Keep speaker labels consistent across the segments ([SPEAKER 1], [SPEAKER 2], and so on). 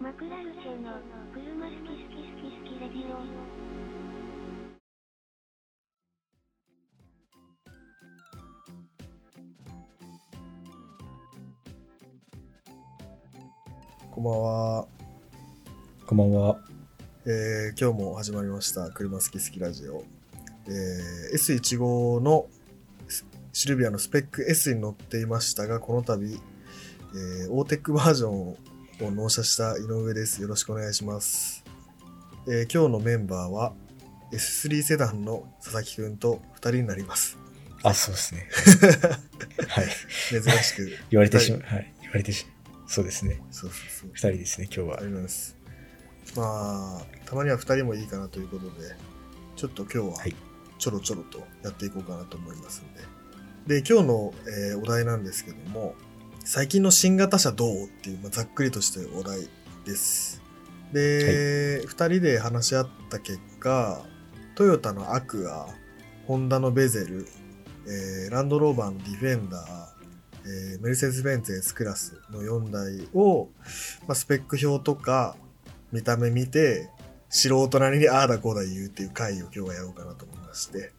[SPEAKER 1] マクラルチェの車好き好き好き好きレディオ。
[SPEAKER 2] こんばんは、
[SPEAKER 3] こんばんは。
[SPEAKER 2] えー今日も始まりました車好き好きラジオ、えー S15 のスシルビアのスペック S に乗っていましたがこの度、えー、オーテックバージョンを納車した井上ですよろしくお願いします、えー今日のメンバーは S3 セダンの佐々木くんと2人になります
[SPEAKER 3] あ、そうですね。はい。
[SPEAKER 2] 珍しく
[SPEAKER 3] 言われてしまう。はい。言われてしそうですね。
[SPEAKER 2] そうそうそう
[SPEAKER 3] 二人ですね、今日
[SPEAKER 2] あ
[SPEAKER 3] は
[SPEAKER 2] り。ますまあたまには2人もいいかなということでちょっと今日は
[SPEAKER 3] はい
[SPEAKER 2] ちょろちょろとやっていこうかなと思いますんでで今日の、えーお題なんですけども最近の新型車どうっていう、まあ、ざっくりとしたお題ですで、2人で話し合った結果トヨタのアクアホンダのベゼル、えーランドローバーのディフェンダーえーメルセデス・ベンツ S クラスの4台を、まあ、スペック表とか見た目見て素人なりにああだこうだ言うっていう回を今日はやろうかなと思いまして、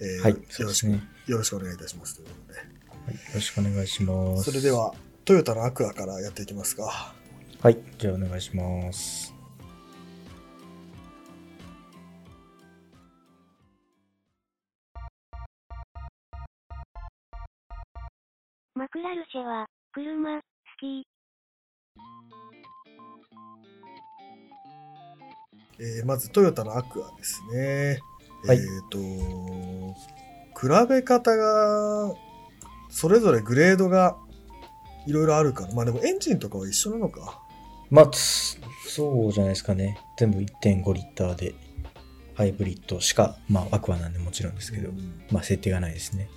[SPEAKER 2] えー
[SPEAKER 3] はい。
[SPEAKER 2] よ
[SPEAKER 3] そう
[SPEAKER 2] ろ
[SPEAKER 3] で
[SPEAKER 2] し
[SPEAKER 3] す
[SPEAKER 2] く
[SPEAKER 3] ね。
[SPEAKER 2] よろしくお願いいたしますということ
[SPEAKER 3] はいよろしくお願いしま
[SPEAKER 2] で。
[SPEAKER 3] す。
[SPEAKER 2] それで。はトヨタのアクアからやっていきますか。
[SPEAKER 3] はい。じゃあお願いします。
[SPEAKER 1] マクラルシェは車好き。
[SPEAKER 2] えーまずトヨタのアクアですね。
[SPEAKER 3] はい
[SPEAKER 2] えっ、と、比べ方が、それぞれグレードがいろいろあるから、まあでもエンジンとかは一緒なのか。
[SPEAKER 3] まあ、つそうじゃないですかね。全部1.5リッターで、ハイブリッドしか、まあ、アクアなんでもちろんですけど、
[SPEAKER 2] うん
[SPEAKER 3] まあ、設定がないですね。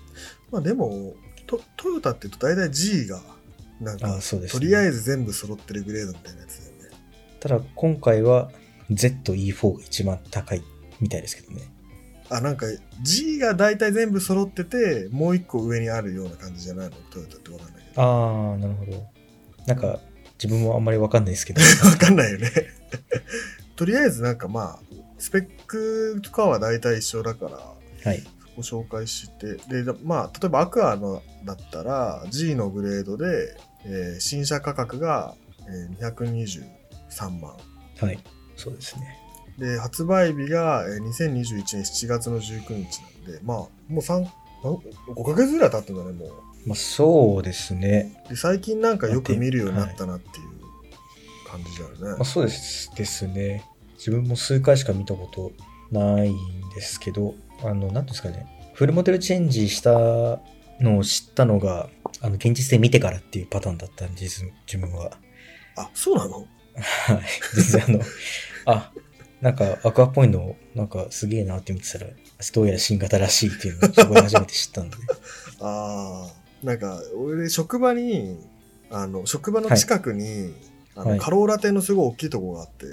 [SPEAKER 2] まあでもト、トヨタって言うと大体 G が、なんか、
[SPEAKER 3] あそうです
[SPEAKER 2] と
[SPEAKER 3] ね
[SPEAKER 2] りあえず全部揃ってるグレードみたいなやつだよね。
[SPEAKER 3] ただ、今回は ZE4 が一番高いみたいですけどね。
[SPEAKER 2] あ、なんか G が大体全部揃ってて、もう一個上にあるような感じじゃないのトヨタってわかんないけど。
[SPEAKER 3] ああ、なるほど。なんか、自分もあんまりわかんないですけ ど。
[SPEAKER 2] わかんないよね。とりあえずなんかまあ、スペックとかは大体一緒だから、
[SPEAKER 3] はい。
[SPEAKER 2] ご紹介して、で、だまあ、例えばアクアのだったら、G のグレードで、えー新車価格が、えー223万。
[SPEAKER 3] はい。そうですね。
[SPEAKER 2] で、発売日が、えー2021年7月の19日なんで、まあ、もう3、なん5ヶ月ぐらい経ったんだね、もう。
[SPEAKER 3] まあ、そうですね。
[SPEAKER 2] で、最近なんかよく見るようになったなっていう感じだよね。
[SPEAKER 3] まあ、そうですですね。自分も数回しか見たことないんですけど、あの、なんていうんですかね。フルモデルチェンジしたのを知ったのが、あの、現実で見てからっていうパターンだったんです、自分は。
[SPEAKER 2] あ、そうなの
[SPEAKER 3] はい。全然あの、あ、なんか、アクアっぽいの、なんか、すげえなって見てたら、どうやら新型らしいっていうのを、そこで初めて知ったんで。
[SPEAKER 2] ああ、なんか、俺、職場に、あの、職場の近くに、あの
[SPEAKER 3] はい
[SPEAKER 2] カローラ店のすごい大きいとこがあって、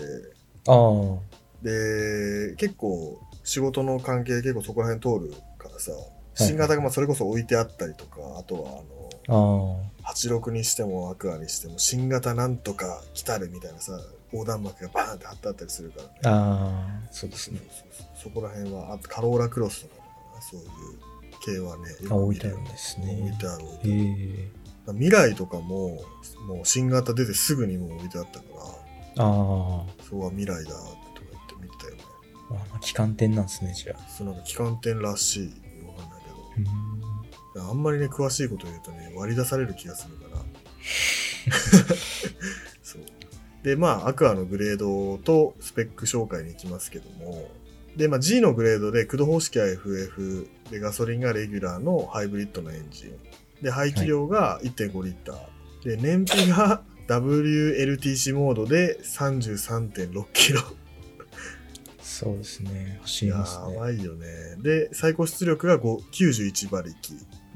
[SPEAKER 3] ああ、
[SPEAKER 2] で、結構、仕事の関係結構そこら辺通るからさ、新型がまあそれこそ置いてあったりとか、あとはあ
[SPEAKER 3] ああ、
[SPEAKER 2] の、86にしてもアクアにしても、新型なんとか来たるみたいなさ、横断幕がバーンって貼ってあったりするからね。
[SPEAKER 3] ああ、そうです
[SPEAKER 2] そう
[SPEAKER 3] ね。
[SPEAKER 2] そうそうそこら辺は、あとカローラクロスとかかなそういう系はね、よ
[SPEAKER 3] あ、
[SPEAKER 2] く
[SPEAKER 3] 置
[SPEAKER 2] 見
[SPEAKER 3] いてあ
[SPEAKER 2] る
[SPEAKER 3] るんです
[SPEAKER 2] 置い
[SPEAKER 3] ね
[SPEAKER 2] て。ある置いてあ
[SPEAKER 3] へ
[SPEAKER 2] る
[SPEAKER 3] え。
[SPEAKER 2] 未来とかももう新型出てすぐにもう置いてあったから
[SPEAKER 3] ああ。
[SPEAKER 2] そうは未来だとか言って見てたよね
[SPEAKER 3] あまあ、機関店なんですね、じゃあ。
[SPEAKER 2] そうなんか機関店らしいわかんないけどあんまりね詳しいこと言うとね割り出される気がするから そうでまあアクアのグレードとスペック紹介に行きますけどもで、まあ、G のグレードで駆動方式は FF でガソリンがレギュラーのハイブリッドのエンジンで排気量が1.5リッター、で燃費が WLTC モードで33.6キロ
[SPEAKER 3] そうですね。走
[SPEAKER 2] い
[SPEAKER 3] り
[SPEAKER 2] や
[SPEAKER 3] ます
[SPEAKER 2] ー
[SPEAKER 3] ね。
[SPEAKER 2] ばいよね。で、最高出力が5 91馬力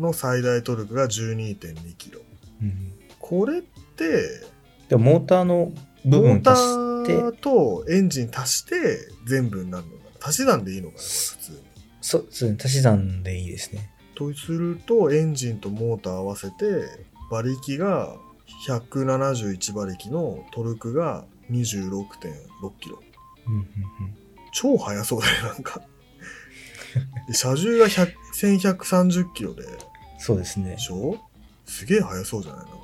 [SPEAKER 2] の最大トルクが12.2キロ。
[SPEAKER 3] うん、
[SPEAKER 2] これって、
[SPEAKER 3] でも、モーターの部
[SPEAKER 2] モ
[SPEAKER 3] 分
[SPEAKER 2] ータ
[SPEAKER 3] 足して、
[SPEAKER 2] ーとエンジン足して全部になるのかな。足し算でいいのかな、これ普通に。
[SPEAKER 3] そうそうですね足し算でいいですね。
[SPEAKER 2] とすると、エンジンとモーター合わせて、馬力が171馬力のトルクが26.6キロ。
[SPEAKER 3] うんうんうん
[SPEAKER 2] 超速そうだね、なん か。で車重が100 1130キロで、
[SPEAKER 3] そうですね
[SPEAKER 2] で。しょすげえ速そうじゃないなんか。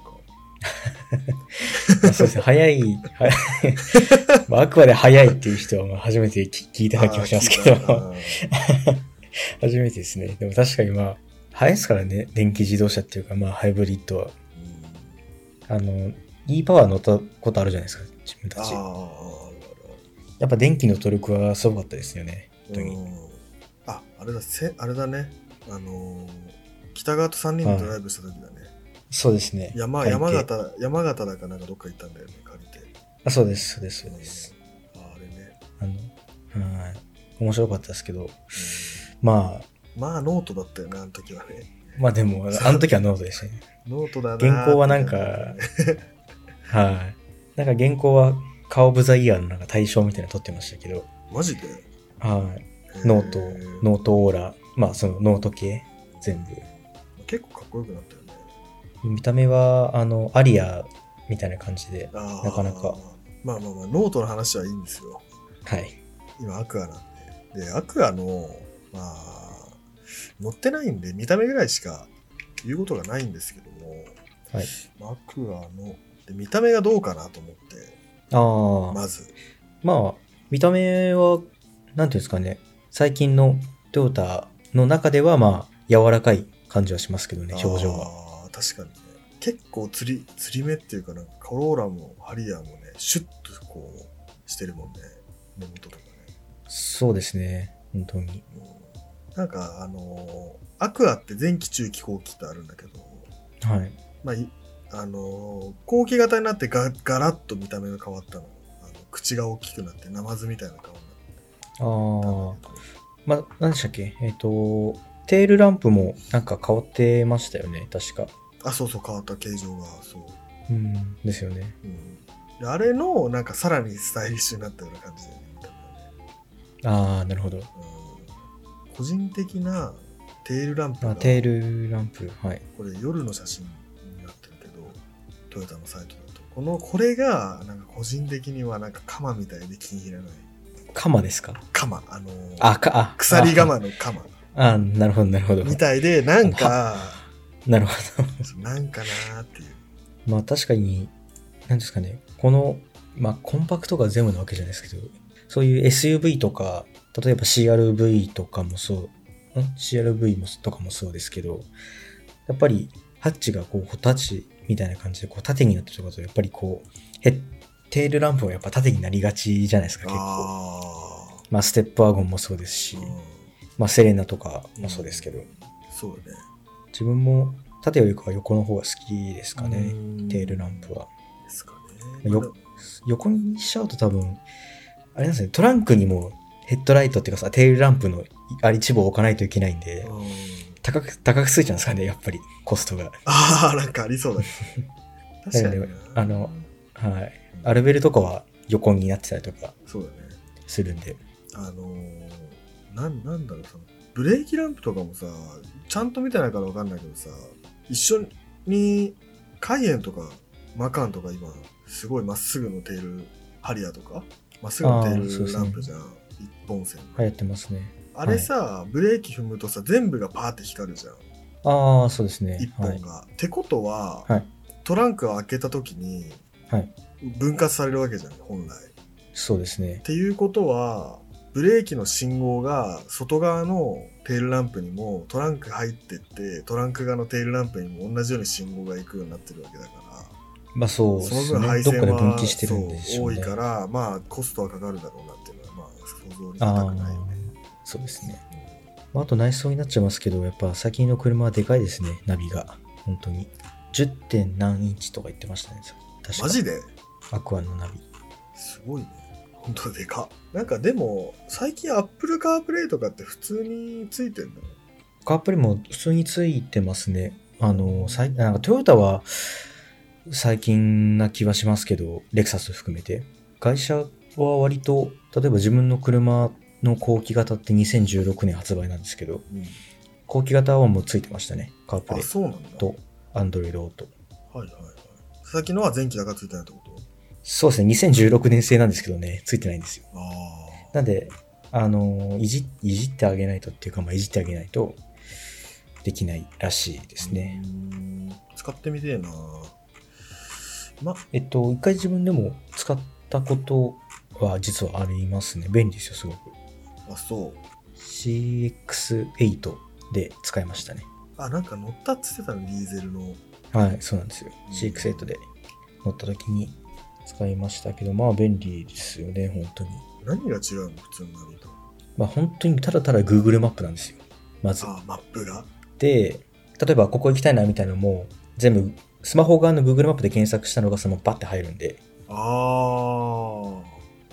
[SPEAKER 3] まあ、そうですね。早い、 はまあ、あくまで早いっていう人はまあ初めてき聞いたような気がしますけ
[SPEAKER 2] あー聞いた
[SPEAKER 3] ど、
[SPEAKER 2] な
[SPEAKER 3] 初めてですね。でも確かにまあ、早いですからね。電気自動車っていうか、まあ、ハイブリッドは。
[SPEAKER 2] うん
[SPEAKER 3] あの、e パワー乗ったことあるじゃないですか、自 分た
[SPEAKER 2] あ
[SPEAKER 3] ち。
[SPEAKER 2] ーあるある
[SPEAKER 3] やっぱ電気のトルクはすごかったですよね。本当に。
[SPEAKER 2] うんああれだせあれだねあのー北川と3人でドライブした時だね、
[SPEAKER 3] そうですね。
[SPEAKER 2] 山
[SPEAKER 3] 借りて
[SPEAKER 2] 山形山形だかなんかどっか行ったんだよね借りて
[SPEAKER 3] あ、そうです、そうです、そうです。
[SPEAKER 2] うんああれね、
[SPEAKER 3] あの、はい。面白かったですけど、まあ、
[SPEAKER 2] うんまあノートだったよねあの時はね
[SPEAKER 3] まあでも、あの時はノートでしたね。
[SPEAKER 2] ノートだなー
[SPEAKER 3] 原稿はな んか
[SPEAKER 2] って感じ
[SPEAKER 3] はい。なんか原稿は、カオブザイヤーのなんか大賞みたいなの取ってましたけど、
[SPEAKER 2] だねマジで
[SPEAKER 3] はい。ノート
[SPEAKER 2] へー、
[SPEAKER 3] ノートオーラ、まあそのノート系、全部。
[SPEAKER 2] 結構かっこよくなったよね
[SPEAKER 3] 見た目は、あの、アリアみたいな感じで、
[SPEAKER 2] あー
[SPEAKER 3] なかなか
[SPEAKER 2] まあまあまあノートの話はいいんですよ
[SPEAKER 3] はい。
[SPEAKER 2] 今アクアなんででアクアのまあ乗ってないんで見た目ぐらいしか言うことがないんですけども、
[SPEAKER 3] はい
[SPEAKER 2] まあアクアので見た目がどうかなと思って
[SPEAKER 3] ああ、
[SPEAKER 2] まず
[SPEAKER 3] まあ、見た目は、なんていうんですかね、最近のトヨタの中では、まあ、柔らかい感じはしますけどね、表情は。
[SPEAKER 2] あー確かにね結構釣り釣り目っていうかなんかカローラもハリアーもねシュッとこうしてるもんね根元とかね、
[SPEAKER 3] そうですね、本当に。
[SPEAKER 2] うん、なんかあのーアクアって前期中期後期ってあるんだけど
[SPEAKER 3] はい。
[SPEAKER 2] まあ、いあのー後期型になってガガラッと見た目が変わったのあの口が大きくなってナマズみたいな顔に
[SPEAKER 3] あ
[SPEAKER 2] な
[SPEAKER 3] あ
[SPEAKER 2] っ、たんだけど
[SPEAKER 3] まあ、何でしたっけえっ、と、テールランプもなんか変わってましたよね、確か。
[SPEAKER 2] あそうそう変わった形状がそう、
[SPEAKER 3] うん、ですよね。
[SPEAKER 2] うん、であれのなんかさらにスタイリッシュになったような感じでね見た目がね
[SPEAKER 3] ああ、なるほど。
[SPEAKER 2] うん個人的なテールランプ
[SPEAKER 3] あ
[SPEAKER 2] が
[SPEAKER 3] テールランプ、はい。
[SPEAKER 2] これ夜の写真になってるけどトヨタのサイトだとこのこれがなんか個人的にはなんか鎌みたいで気に入らない
[SPEAKER 3] 鎌ですか
[SPEAKER 2] 鎌あのー
[SPEAKER 3] あ、か、あ、
[SPEAKER 2] 鎖鎌の鎌
[SPEAKER 3] あ。あなるほど、なるほど。
[SPEAKER 2] みたいで なんか
[SPEAKER 3] なるほど。
[SPEAKER 2] なんかなーっていう
[SPEAKER 3] まあ確かに、なんですかね、この、まあコンパクトが全部なわけじゃないですけど、そういう SUV とか、例えば CRV とかもそう、ん ?CRV もとかもそうですけど、やっぱりハッチがこう、こうタッチみたいな感じでこう縦になってることやっぱりこう、ヘッテールランプはやっぱ縦になりがちじゃないですか、結構。
[SPEAKER 2] ああ
[SPEAKER 3] まあステップワゴンもそうですし、まあセレナとかもそうですけど、
[SPEAKER 2] そうだね
[SPEAKER 3] 自分も縦よりかは横の方が好きですかね、
[SPEAKER 2] ね
[SPEAKER 3] テールランプは。
[SPEAKER 2] ですかね
[SPEAKER 3] よ横にしちゃうと多分、あれなんですね、トランクにもヘッドライトっていうかさ、テールランプのあれ一部を置かないといけないんで、
[SPEAKER 2] うん
[SPEAKER 3] 高く、高くついちゃうんですかね、やっぱり、コストが。
[SPEAKER 2] ああなんかあり そうだね確かにな
[SPEAKER 3] だよねあのはい。
[SPEAKER 2] うん
[SPEAKER 3] アルベルとかは横になってたりとか
[SPEAKER 2] そうだね
[SPEAKER 3] するんで。
[SPEAKER 2] あのー、なんなんだろうそのブレーキランプとかもさちゃんと見てないからわかんないけどさ一緒にカイエンとかマカンとか今すごいまっすぐのテールハリアーとかまっすぐのテ
[SPEAKER 3] あーそ
[SPEAKER 2] ー
[SPEAKER 3] うで
[SPEAKER 2] ル
[SPEAKER 3] す
[SPEAKER 2] ラ
[SPEAKER 3] ね
[SPEAKER 2] ンプじゃん、一本線
[SPEAKER 3] 流行ってますね。
[SPEAKER 2] あれさ、ブレーキ踏むとさ全部がパーって光るじゃん
[SPEAKER 3] ああ、そうですね
[SPEAKER 2] 一。
[SPEAKER 3] は
[SPEAKER 2] 本
[SPEAKER 3] い。
[SPEAKER 2] が、ってことは、
[SPEAKER 3] はい
[SPEAKER 2] トランクを開けた時に
[SPEAKER 3] はい
[SPEAKER 2] 分割されるわけじゃん本来
[SPEAKER 3] そうですね
[SPEAKER 2] っ。ていうことはブレーキの信号が外側のテールランプにもトランク入ってってトランク側のテールランプにも同じように信号が行くようになってるわけだか
[SPEAKER 3] まあそう
[SPEAKER 2] ら
[SPEAKER 3] で
[SPEAKER 2] その
[SPEAKER 3] す
[SPEAKER 2] 分
[SPEAKER 3] ね。
[SPEAKER 2] 配
[SPEAKER 3] どっ
[SPEAKER 2] 線
[SPEAKER 3] かで分
[SPEAKER 2] は
[SPEAKER 3] 岐してるんでし
[SPEAKER 2] そ
[SPEAKER 3] ょ
[SPEAKER 2] う
[SPEAKER 3] う
[SPEAKER 2] 多
[SPEAKER 3] ね
[SPEAKER 2] い。からまあコストはかかるだろうなっていうのはまあ想像に
[SPEAKER 3] あ
[SPEAKER 2] 難くないよね
[SPEAKER 3] あ、そうですね。まあ、あと内装になっちゃいますけど、やっぱ最近の車はでかいですね、ナビが。本当に。10. 点何インチとか言ってましたね。確か
[SPEAKER 2] マジで
[SPEAKER 3] アクアのナビ。
[SPEAKER 2] すごいね本当でかっなんかでも最近アップルカープレイとかって普通についてんの
[SPEAKER 3] カープリも普通についてますね。あの、最なんかトヨタは最近な気はしますけど、レクサス含めて。会社は割と、例えば自分の車の後期型って2016年発売なんですけど、
[SPEAKER 2] うん
[SPEAKER 3] 後期型はもうついてましたね。カープ
[SPEAKER 2] あ
[SPEAKER 3] リ
[SPEAKER 2] そうなんだ
[SPEAKER 3] と、アンドロイドオート。
[SPEAKER 2] はいはいはいさっきのは前期だからついてないってこと
[SPEAKER 3] そうですね、2016年製なんですけどね、ついてないんですよ。
[SPEAKER 2] ああ。
[SPEAKER 3] なんで、あの、いじ、いじってあげないとっていうか、まあ、いじってあげないと、できないらしいですね。
[SPEAKER 2] うん。使ってみてえな。ま、
[SPEAKER 3] えっと、一回自分でも使ったことは実はありますね。便利ですよ、すごく。
[SPEAKER 2] あ、そう。
[SPEAKER 3] CX8 で使いましたね。
[SPEAKER 2] あ、なんか乗ったっつってたの、ディーゼルの。
[SPEAKER 3] はい、そうなんですよ
[SPEAKER 2] う。ん
[SPEAKER 3] CX8 で乗った時に使いましたけど、まあ便利ですよね、本当に。
[SPEAKER 2] 何が違うの普通の波と。
[SPEAKER 3] まあ本当にただただ Google マップなんですよ。まず。
[SPEAKER 2] ああ、マップが。
[SPEAKER 3] で、例えばここ行きたいなみたいなのも、全部、スマホ側の Google マップで検索したのがそのままバッて入るんで、
[SPEAKER 2] ああ。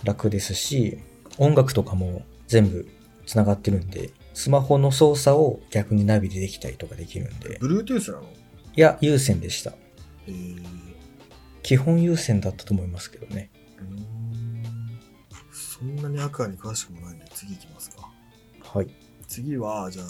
[SPEAKER 3] 楽ですし、音楽とかも全部繋がってるんで、スマホの操作を逆にナビでできたりとかできるんで、
[SPEAKER 2] Bluetooth なの
[SPEAKER 3] いや、有線でした。
[SPEAKER 2] えー。
[SPEAKER 3] 基本有線だったと思いますけどね。
[SPEAKER 2] うーんそんなにアクアに詳しくもないんで次行きますか
[SPEAKER 3] はい。
[SPEAKER 2] 次はじゃあ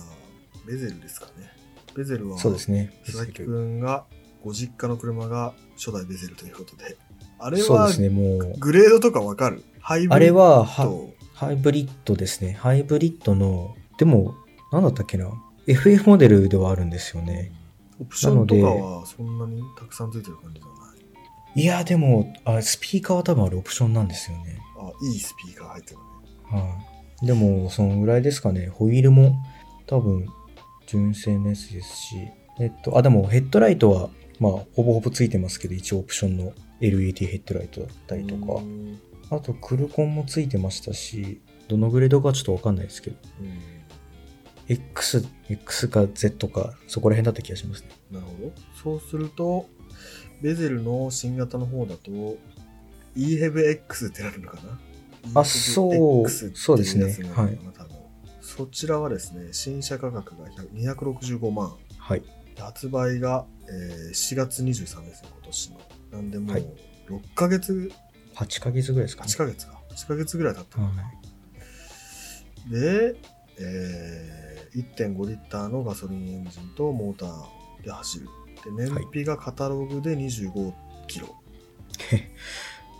[SPEAKER 2] ベゼルですかねベゼルは
[SPEAKER 3] そうですね。
[SPEAKER 2] 佐々木くんがご実家の車が初代ベゼルということであれ
[SPEAKER 3] そう
[SPEAKER 2] は
[SPEAKER 3] ですね、もう。
[SPEAKER 2] グレードとかわかるハイブ
[SPEAKER 3] あ
[SPEAKER 2] リ
[SPEAKER 3] れ
[SPEAKER 2] ッド
[SPEAKER 3] はは、ハイブリッドですね。ハイブリッドの、でも、なんだったっけな。FF モデルではあるんですよね。
[SPEAKER 2] オプションとかはそんなにたくさんついてる感じじゃない
[SPEAKER 3] いや、でも、あスピーカーは多分あれオプションなんですよね。
[SPEAKER 2] あいいスピーカー入ってるね
[SPEAKER 3] はい。でも、そのぐらいですかね。ホイールも多分、純正のやつですし。えっと、あ、でもヘッドライトは、まあ、ほぼほぼついてますけど、一応オプションの LED ヘッドライトだったりと
[SPEAKER 2] う
[SPEAKER 3] か
[SPEAKER 2] ー。ん
[SPEAKER 3] あと、クルコンもついてましたし、どのグレードかちょっとわかんないですけど。
[SPEAKER 2] うん
[SPEAKER 3] X、X か Z か、そこら辺だった気がしますね。
[SPEAKER 2] なるほどそうするとベゼルの新型の方だと EHEVX ってなるのかな
[SPEAKER 3] あそう
[SPEAKER 2] EHEVX ってい
[SPEAKER 3] そうですね
[SPEAKER 2] やつになるのかな多分そちらはですね新車価格が100 265万
[SPEAKER 3] はい。
[SPEAKER 2] 発売が、えー4月23ですね今年のなんでもう
[SPEAKER 3] はい
[SPEAKER 2] 6ヶ月、
[SPEAKER 3] 8ヶ月ぐらいですかね。
[SPEAKER 2] 8ヶ月か8ヶ月ぐらい経ったのかな、
[SPEAKER 3] は
[SPEAKER 2] で、えー1.5リッターのガソリンエンジンとモーターで走るで燃費がカタログで25キロ、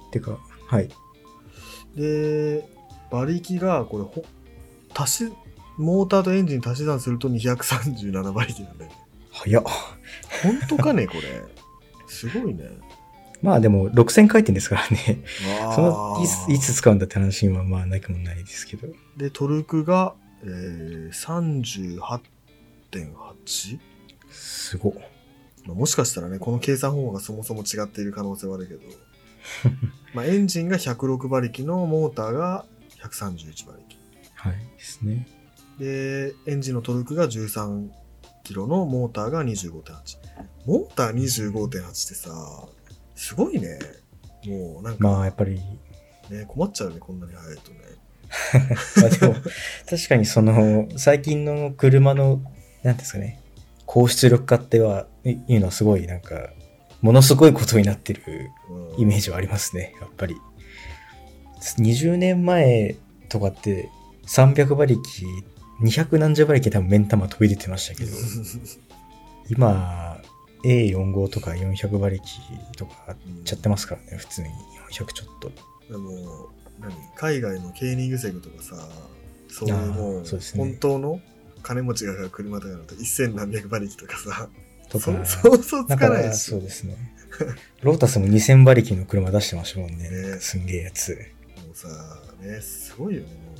[SPEAKER 3] い。 てか、はい。
[SPEAKER 2] で馬力がこれほ足しモーターとエンジン足し算すると237馬力なんだよね
[SPEAKER 3] 早っ。
[SPEAKER 2] 本当かねこれ すごいね
[SPEAKER 3] まあでも、6000回転ですからね。 そのい
[SPEAKER 2] あー
[SPEAKER 3] つ、いつ使うんだって話はまあなくもないですけど。
[SPEAKER 2] でトルクが、えー、38.8
[SPEAKER 3] すごっ。
[SPEAKER 2] まあもしかしたらね、この計算方法がそもそも違っている可能性はあるけど、 まあエンジンが106馬力のモーターが131馬力。
[SPEAKER 3] はい。ですね。
[SPEAKER 2] で、エンジンのトルクが13キロのモーターが25.8。モーター25.8ってさ、すごいね。もうなんか
[SPEAKER 3] まあやっ ぱり、
[SPEAKER 2] ね、困っちゃうね、こんなに速いとね。
[SPEAKER 3] まあでも、確かにその、最近の車の、なんですかね、高出力化っては、いいうのはすごいなんか、ものすごいことになってる
[SPEAKER 2] うん、
[SPEAKER 3] イメージはありますね、やっぱり。20年前とかって300馬力、200何十馬力で多分目ん玉飛び出てましたけど、 今、A45 とか400馬力とか
[SPEAKER 2] うん
[SPEAKER 3] ちゃってますからね、普通に。400ちょっと。
[SPEAKER 2] でも何海外のケーニングセグとかさそうい
[SPEAKER 3] あ
[SPEAKER 2] う
[SPEAKER 3] ー
[SPEAKER 2] もう
[SPEAKER 3] そうですね
[SPEAKER 2] 本当の金持ちが買う車とかだと1000何百馬力とかさ
[SPEAKER 3] と
[SPEAKER 2] そ
[SPEAKER 3] か、
[SPEAKER 2] そうそうつ
[SPEAKER 3] だ
[SPEAKER 2] か
[SPEAKER 3] か
[SPEAKER 2] ない
[SPEAKER 3] ら、
[SPEAKER 2] し
[SPEAKER 3] そうですね。ロータスも2000馬力の車出してましたもんね。
[SPEAKER 2] ね
[SPEAKER 3] すんげえやつ。
[SPEAKER 2] もうさねすごいよね もう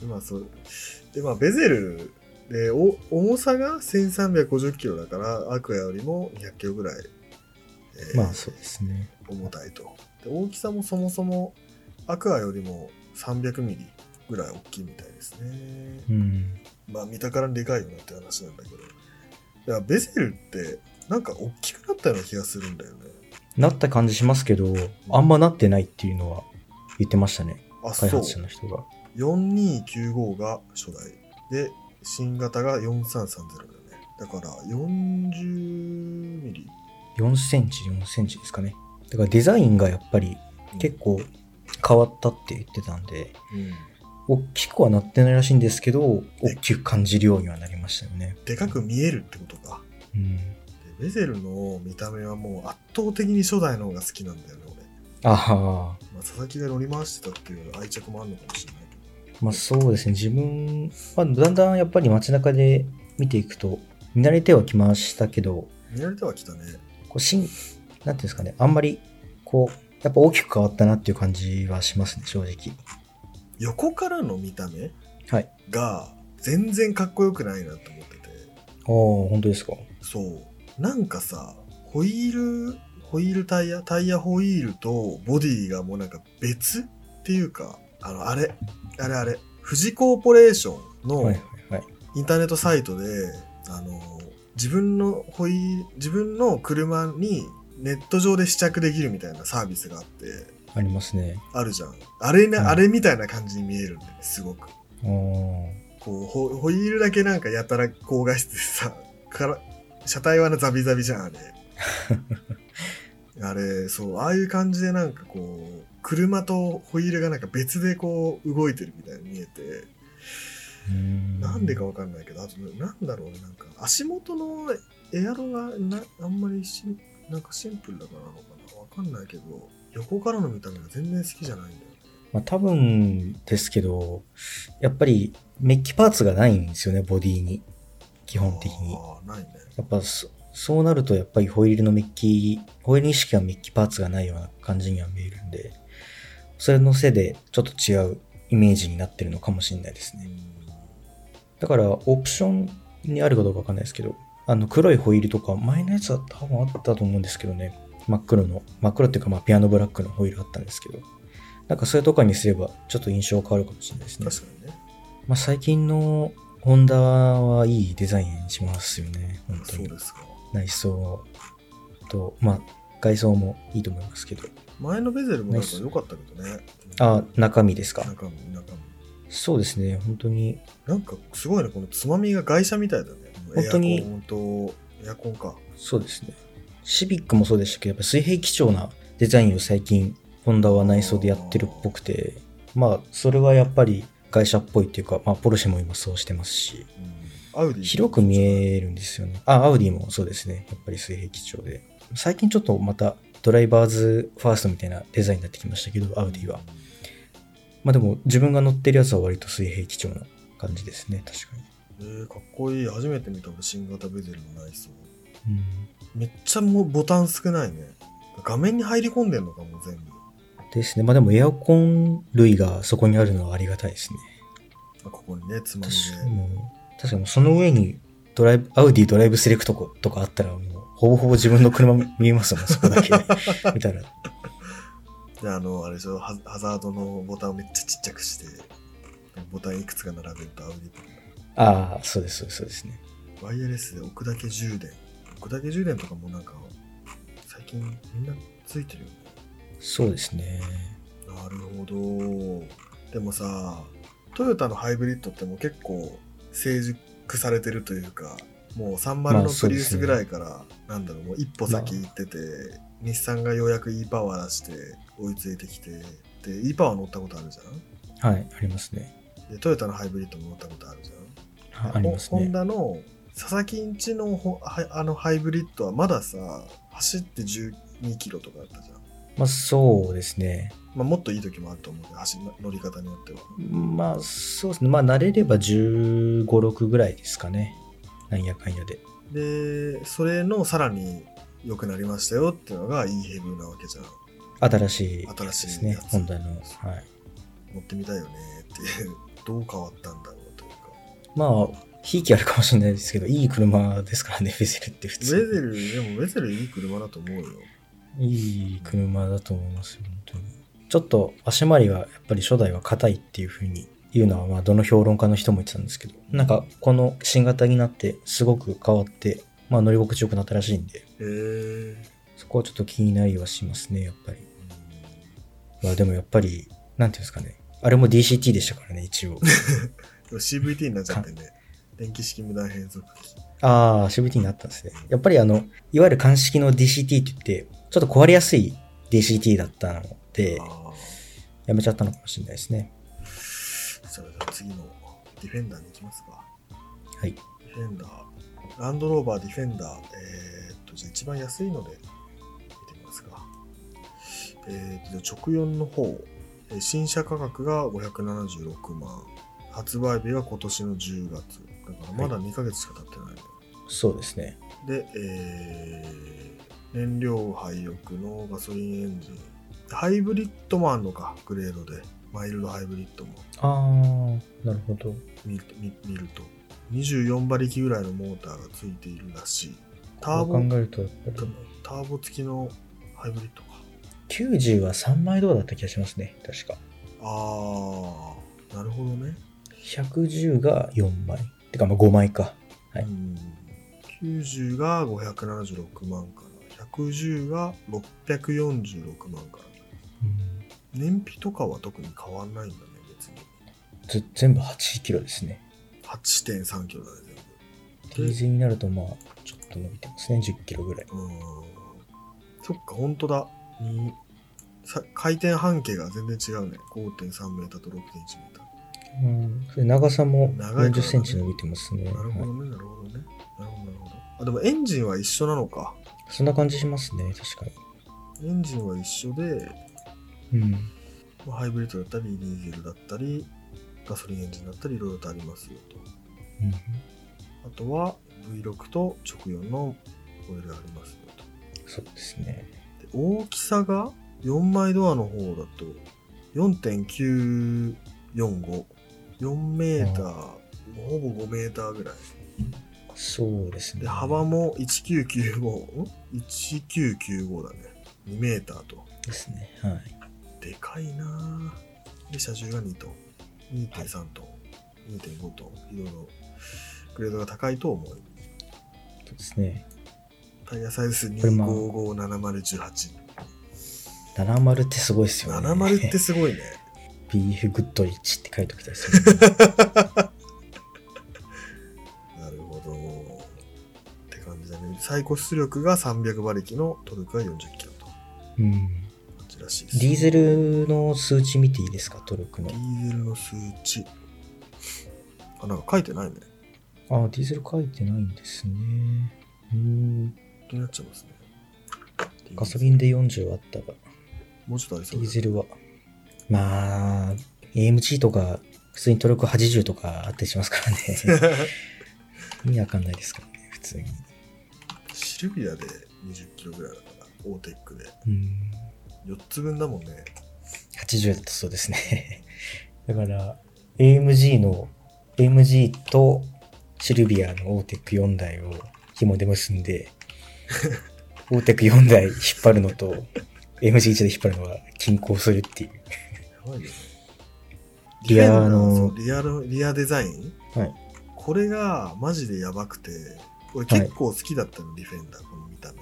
[SPEAKER 2] 今そうでまあベゼルでお重さが1350キロだからアクアよりも200キロぐらい、えー
[SPEAKER 3] まあそうですね。
[SPEAKER 2] 重たいとで大きさもそもそもアクアよりも300ミリぐらい大きいみたいですね
[SPEAKER 3] うん。
[SPEAKER 2] まあ見たからにでかいよなって話なんだけどいやベゼルってなんか大きくなったような気がするんだよね
[SPEAKER 3] なった感じしますけど、あんまなってないっていうのは言ってましたね、
[SPEAKER 2] あそ
[SPEAKER 3] 開
[SPEAKER 2] う
[SPEAKER 3] 発者の人が。
[SPEAKER 2] 4295が初代で新型が4330だよねだから40ミリ
[SPEAKER 3] 4センチ、4センチですかね。だからデザインがやっぱり結構変わったって言ってたんで、
[SPEAKER 2] うん
[SPEAKER 3] 大きくはなってないらしいんですけど、大きく感じるようにはなりましたよね。
[SPEAKER 2] でかく見えるってことか
[SPEAKER 3] うん。
[SPEAKER 2] でベゼルの見た目はもう圧倒的に初代の方が好きなんだよね、俺。
[SPEAKER 3] ああ、
[SPEAKER 2] まあ、佐々木が乗り回してたっていう愛着もあるのかもしれないけど。
[SPEAKER 3] まあそうですね。自分はだんだんやっぱり街中で見ていくと、見慣れてはきましたけど、
[SPEAKER 2] 見られてはきたね。
[SPEAKER 3] こう新、なんていうんですかね、あんまり、こう、やっぱ大きく変わったなっていう感じはしますね、正直。
[SPEAKER 2] 横からの見た目
[SPEAKER 3] はい
[SPEAKER 2] が全然かっこよくないなと思ってて。
[SPEAKER 3] ああ、本当ですか。
[SPEAKER 2] そう。なんかさ、ホイール、ホイールタイヤ、タイヤホイールとボディがもうなんか別っていうか、あの、あれ、あれあれ、富士コーポレーションの、
[SPEAKER 3] はいはいはい。
[SPEAKER 2] インターネットサイトで、あの、自分のホイール、自分の車にネット上で試着できるみたいなサービスがあって、
[SPEAKER 3] ありますね。
[SPEAKER 2] あるじゃん。あれね、
[SPEAKER 3] うん
[SPEAKER 2] あれみたいな感じに見えるんだよね、すごく。
[SPEAKER 3] ああ、
[SPEAKER 2] こう、ホホイールだけなんかやたら高画質でさ、 から、車体はなザビザビじゃん、 あれ。あれ、そう、ああいう感じでなんかこう、車とホイールがなんか別でこう、動いてるみたいに見えて、
[SPEAKER 3] うーん。
[SPEAKER 2] なんでかわかんないけど、あとね、なんだろうね、なんか足元のエアロがなあんまりしなんかシンプルだからなのかな、わかんないけど、横からの見た目が全然好きじゃないんだよね。
[SPEAKER 3] まあ、多分ですけど、やっぱりメッキパーツがないんですよね、ボディに。基本的に。
[SPEAKER 2] ああ、ないね。
[SPEAKER 3] やっぱそそうなると、やっぱりホイールのメッキ、ホイールにしかメッキパーツがないような感じには見えるんで、それのせいでちょっと違うイメージになってるのかもしれないですね。だから、オプションにあるかどうかわかんないですけど、あの、黒いホイールとか、前のやつは多分あったと思うんですけどね。真っ黒の、真っ黒っていうか、まあ、ピアノブラックのホイールあったんですけど、なんかそれとかにすれば、ちょっと印象変わるかもしれないですね。
[SPEAKER 2] 確かにね。
[SPEAKER 3] まあ、最近のホンダはいいデザインしますよね、本当
[SPEAKER 2] そう
[SPEAKER 3] に。
[SPEAKER 2] ですか。
[SPEAKER 3] 内装と、まあ、外装もいいと思いますけど。
[SPEAKER 2] 前のベゼルもなんか良かったけどね。
[SPEAKER 3] あ、中身です
[SPEAKER 2] な
[SPEAKER 3] か
[SPEAKER 2] ん。か、なんか、
[SPEAKER 3] そうですね、本当に。
[SPEAKER 2] なんかすごいね、このつまみが外車みたいだね。
[SPEAKER 3] 本当に
[SPEAKER 2] エアコンと、エアコンか。
[SPEAKER 3] そうですね。シビックもそうでしたけど、やっぱ水平基調なデザインを最近、ホンダは内装でやってるっぽくて、まあ、それはやっぱり会社っぽいっていうか、まあ、ポルシェも今そうしてますし、
[SPEAKER 2] うん、アウディ
[SPEAKER 3] 広く見えるんですよね。あ、アウディもそうですね。やっぱり水平基調で。最近ちょっとまたドライバーズファーストみたいなデザインになってきましたけど、アウディは。まあでも自分が乗ってるやつは割と水平基調な感じですね、確かに。
[SPEAKER 2] えー、かっこいい。初めて見た俺、新型ベゼルの内装。
[SPEAKER 3] うん、
[SPEAKER 2] めっちゃもうボタン少ないね。画面に入り込んでんのかも、全部。
[SPEAKER 3] ですね。まあでもエアコン類がそこにあるのはありがたいですね。
[SPEAKER 2] あここにね、つまみ
[SPEAKER 3] 確かにもう、確かにもうその上にドライブ、アウディドライブセレクトコとかあったらもう、ほぼほぼ自分の車見えますもん、そこだけ、見たら。
[SPEAKER 2] で。で、あの、あれでしょ、ハハザードのボタンをめっちゃちっちゃくして、ボタンいくつか並べるとアウディとか
[SPEAKER 3] ああ、そうです、そうです、そうですね。
[SPEAKER 2] ワイヤレスで置くだけ充電。置くだけ充電とかもなんか、最近みんなついてるよね。
[SPEAKER 3] そうですね。
[SPEAKER 2] なるほど。でもさ、トヨタのハイブリッドってもう結構成熟されてるというか、もう
[SPEAKER 3] ま
[SPEAKER 2] 30のプ
[SPEAKER 3] あ
[SPEAKER 2] リウ
[SPEAKER 3] そ
[SPEAKER 2] ス
[SPEAKER 3] うです
[SPEAKER 2] ぐ
[SPEAKER 3] ね
[SPEAKER 2] らいから、なんだろう、もう一歩先行ってて、日産がようやく e パワー出して追いついてきて、で、e パワー乗ったことあるじゃ
[SPEAKER 3] はい、ありますね。
[SPEAKER 2] んで、トヨタのハイブリッドも乗ったことあるじゃん
[SPEAKER 3] はあります
[SPEAKER 2] ホン
[SPEAKER 3] ね。
[SPEAKER 2] ダの佐々木んちのほはあのハイブリッドはまださ走って12キロとかだったじゃん、
[SPEAKER 3] まあそうですね。
[SPEAKER 2] まあ、もっといい時もあると思うけど走り乗り方によっては
[SPEAKER 3] まあそうですね。まあ慣れれば15、6ぐらいですかね。なんやかんやで。
[SPEAKER 2] でそれのさらに良くなりましたよっていうのがいいヘブなわけじゃん
[SPEAKER 3] 新しいやつ
[SPEAKER 2] 新しい
[SPEAKER 3] ですね
[SPEAKER 2] や。つ
[SPEAKER 3] ホンダの。はい。
[SPEAKER 2] 乗ってみたいよねっていう どう変わったんだろうというか
[SPEAKER 3] まあ、ひいきあるかもしれないですけど、いい車ですからね、 ベゼルって普
[SPEAKER 2] ウェゼ
[SPEAKER 3] 通。
[SPEAKER 2] ルでもウェゼルいい車だと思うよ
[SPEAKER 3] いい車だと思いますよ、本当に。ちょっと足回りがやっぱり初代は硬いっていう風に言うのは、まあ、どの評論家の人も言ってたんですけど、なんか、この新型になって、すごく変わって、まあ、乗り心地よくなったらしいんで、
[SPEAKER 2] へえ
[SPEAKER 3] そこはちょっと気になりはしますね、やっぱり。まあ、でもやっぱり、なんていうんですかね。あれも DCT でしたからね、一応。
[SPEAKER 2] CVT になっちゃってね電気式無断変速機
[SPEAKER 3] ああ、CVT になったんですね。やっぱりあの、いわゆる鑑識の DCT って言って、ちょっと壊れやすい DCT だったので
[SPEAKER 2] あ、あ
[SPEAKER 3] やめちゃったのかもしれないですね。
[SPEAKER 2] それでは次のディフェンダーに行きますか
[SPEAKER 3] はい。
[SPEAKER 2] ディフェンダーランドローバー、ディフェンダー、えーっと、じゃあ一番安いので見てみますか。えーっと、じゃあ直4の方、えー新車価格が576万、発売日が今年の10月、だからまだ2ヶ月しか経ってない、
[SPEAKER 3] そうですね。
[SPEAKER 2] で、えー燃料廃翼のガソリンエンジン、ハイブリッドもあんのか、グレードで、マイルドハイブリッドも。
[SPEAKER 3] あー、なるほど。
[SPEAKER 2] 見る見見ると24馬力ぐらいのモーターがついているらしいター
[SPEAKER 3] こう
[SPEAKER 2] ボ
[SPEAKER 3] 考えると、やっぱり、
[SPEAKER 2] ターボ付きのハイブリッドか
[SPEAKER 3] 90は3枚ドアだった気がしますね。確か。
[SPEAKER 2] ああなるほどね、
[SPEAKER 3] 110が4枚。てか、まあ5枚か。はい
[SPEAKER 2] うん90が576万から110が646万から
[SPEAKER 3] うん
[SPEAKER 2] 燃費とかは特に変わんないんだね別に
[SPEAKER 3] ず全部8キロですね。
[SPEAKER 2] 8.3キロだね全部
[SPEAKER 3] T 字になると、まあ、ちょっと伸びてますね。10キロぐらい。
[SPEAKER 2] うーんそっか、本当だ。にさ回転半径が全然違うね。5.3メーターと6.1メータ
[SPEAKER 3] うん、それ長さも
[SPEAKER 2] 長いからね
[SPEAKER 3] 40センチ伸びてますね。
[SPEAKER 2] ー。なるほ
[SPEAKER 3] はい
[SPEAKER 2] どね、なるほどね。なるほど、なるほど。あ、でもエンジンは一緒なのか。
[SPEAKER 3] そんな感じしますね。確か
[SPEAKER 2] エンジンは一緒で、
[SPEAKER 3] に。うん。
[SPEAKER 2] まあハイブリッドだったり、ディーゼルだったり、ガソリンエンジンだったり、いろいろとありますよと。
[SPEAKER 3] うん
[SPEAKER 2] あとは V6 と直4のモデルがありますよと。
[SPEAKER 3] そうですね。
[SPEAKER 2] で大きさが4枚ドアの方だと4.9454メーターもうほぼ5メーターぐらい
[SPEAKER 3] そうですね。
[SPEAKER 2] で幅も1995ん1995だね2メーターと
[SPEAKER 3] ですね。はい。
[SPEAKER 2] でかいなぁで車重が2トン2.3トン、2.5トンいろいろグレードが高いと思う
[SPEAKER 3] そうですね。
[SPEAKER 2] タイヤサイズ
[SPEAKER 3] これまあ
[SPEAKER 2] 2557018
[SPEAKER 3] 70ってすごいですよね。
[SPEAKER 2] 70って。すごいね
[SPEAKER 3] ビーフグッドリッチって書いておきたいですよね。
[SPEAKER 2] なるほど。って感じだね。最高出力が300馬力のトルクが40キロと。感
[SPEAKER 3] うん。
[SPEAKER 2] じらしいで
[SPEAKER 3] デ
[SPEAKER 2] す。
[SPEAKER 3] ィーゼ
[SPEAKER 2] デ
[SPEAKER 3] ルの数値見ていいですか、トルクの
[SPEAKER 2] ィ。ーゼルの数値。あ、なんか書いてないね。
[SPEAKER 3] あ、ディーゼル書いてないんですね。うん。
[SPEAKER 2] 気になっちゃいますね。
[SPEAKER 3] ガソリンで40あったが、
[SPEAKER 2] もうちょっとあり
[SPEAKER 3] デ
[SPEAKER 2] そう
[SPEAKER 3] ィー
[SPEAKER 2] だね
[SPEAKER 3] ゼルは。まあ、AMG とか、普通にトルク80とかあったりしますからね。意味わかんないですからね、普通に。
[SPEAKER 2] シルビアで20キロぐらいだから、オーテックで。
[SPEAKER 3] うん。
[SPEAKER 2] 4つ分だもんね。
[SPEAKER 3] 80だとそうですね。 だから、AMG の、AMG とシルビアのオーテック4台を紐で結 んで、オーテック4台引っ張るのと、AMG1 で引っ張るのは均衡するっていう。
[SPEAKER 2] やばいよね。ディフェンダーそ
[SPEAKER 3] リアの
[SPEAKER 2] うリアの、リアデザイン
[SPEAKER 3] はい。
[SPEAKER 2] これがマジでやばくて、俺結構好きだったの、ディフェンダー、この見た目。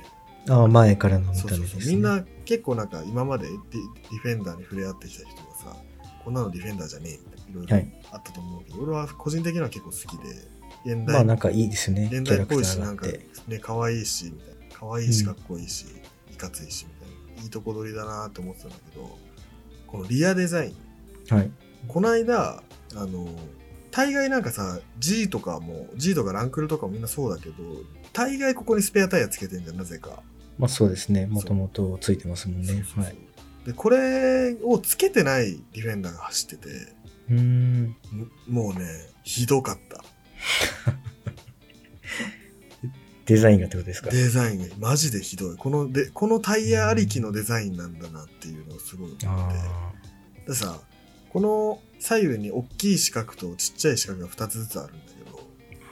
[SPEAKER 3] ああ、前からの見
[SPEAKER 2] そう
[SPEAKER 3] た
[SPEAKER 2] そ
[SPEAKER 3] 目
[SPEAKER 2] う
[SPEAKER 3] で
[SPEAKER 2] そ
[SPEAKER 3] す、
[SPEAKER 2] う
[SPEAKER 3] ね。
[SPEAKER 2] みんな結構なんか今までディディフェンダーに触れ合ってきた人がさこんなのディフェンダーじゃねえみたいなろい
[SPEAKER 3] はいい。
[SPEAKER 2] ろあったと思うけど、俺は個人的には結構好きで現
[SPEAKER 3] まあ
[SPEAKER 2] 代、
[SPEAKER 3] なんかいいですね。キ
[SPEAKER 2] 現
[SPEAKER 3] ャ
[SPEAKER 2] 代
[SPEAKER 3] ラ
[SPEAKER 2] っ
[SPEAKER 3] ク
[SPEAKER 2] ぽい
[SPEAKER 3] タ
[SPEAKER 2] し
[SPEAKER 3] ーが
[SPEAKER 2] な
[SPEAKER 3] あっ
[SPEAKER 2] んか
[SPEAKER 3] て。
[SPEAKER 2] ね可愛いしみたいな可愛いし
[SPEAKER 3] うん
[SPEAKER 2] かっこいいし、いかついしみたいないいとこ取りだなと思ってたんだけどこのリアデザイン
[SPEAKER 3] はい。
[SPEAKER 2] この間あの大概なんかさ G とかも G とかランクルとかもみんなそうだけど大概ここにスペアタイヤつけてんじゃんなぜか
[SPEAKER 3] まあそうですね。
[SPEAKER 2] そ
[SPEAKER 3] も
[SPEAKER 2] う
[SPEAKER 3] ともとついてますもん
[SPEAKER 2] そうそ
[SPEAKER 3] ね
[SPEAKER 2] う。そう
[SPEAKER 3] はい。
[SPEAKER 2] でこれをつけてないディフェンダーが走ってて
[SPEAKER 3] うーん。
[SPEAKER 2] むもうねひどかった
[SPEAKER 3] デザインがってことですか。
[SPEAKER 2] デザインがマジでひどいこのでこのタイヤありきのデザインなんだなっていうのをすごい思って
[SPEAKER 3] あ
[SPEAKER 2] でさこの左右に大きい四角とちっちゃい四角が2つずつあるんだけど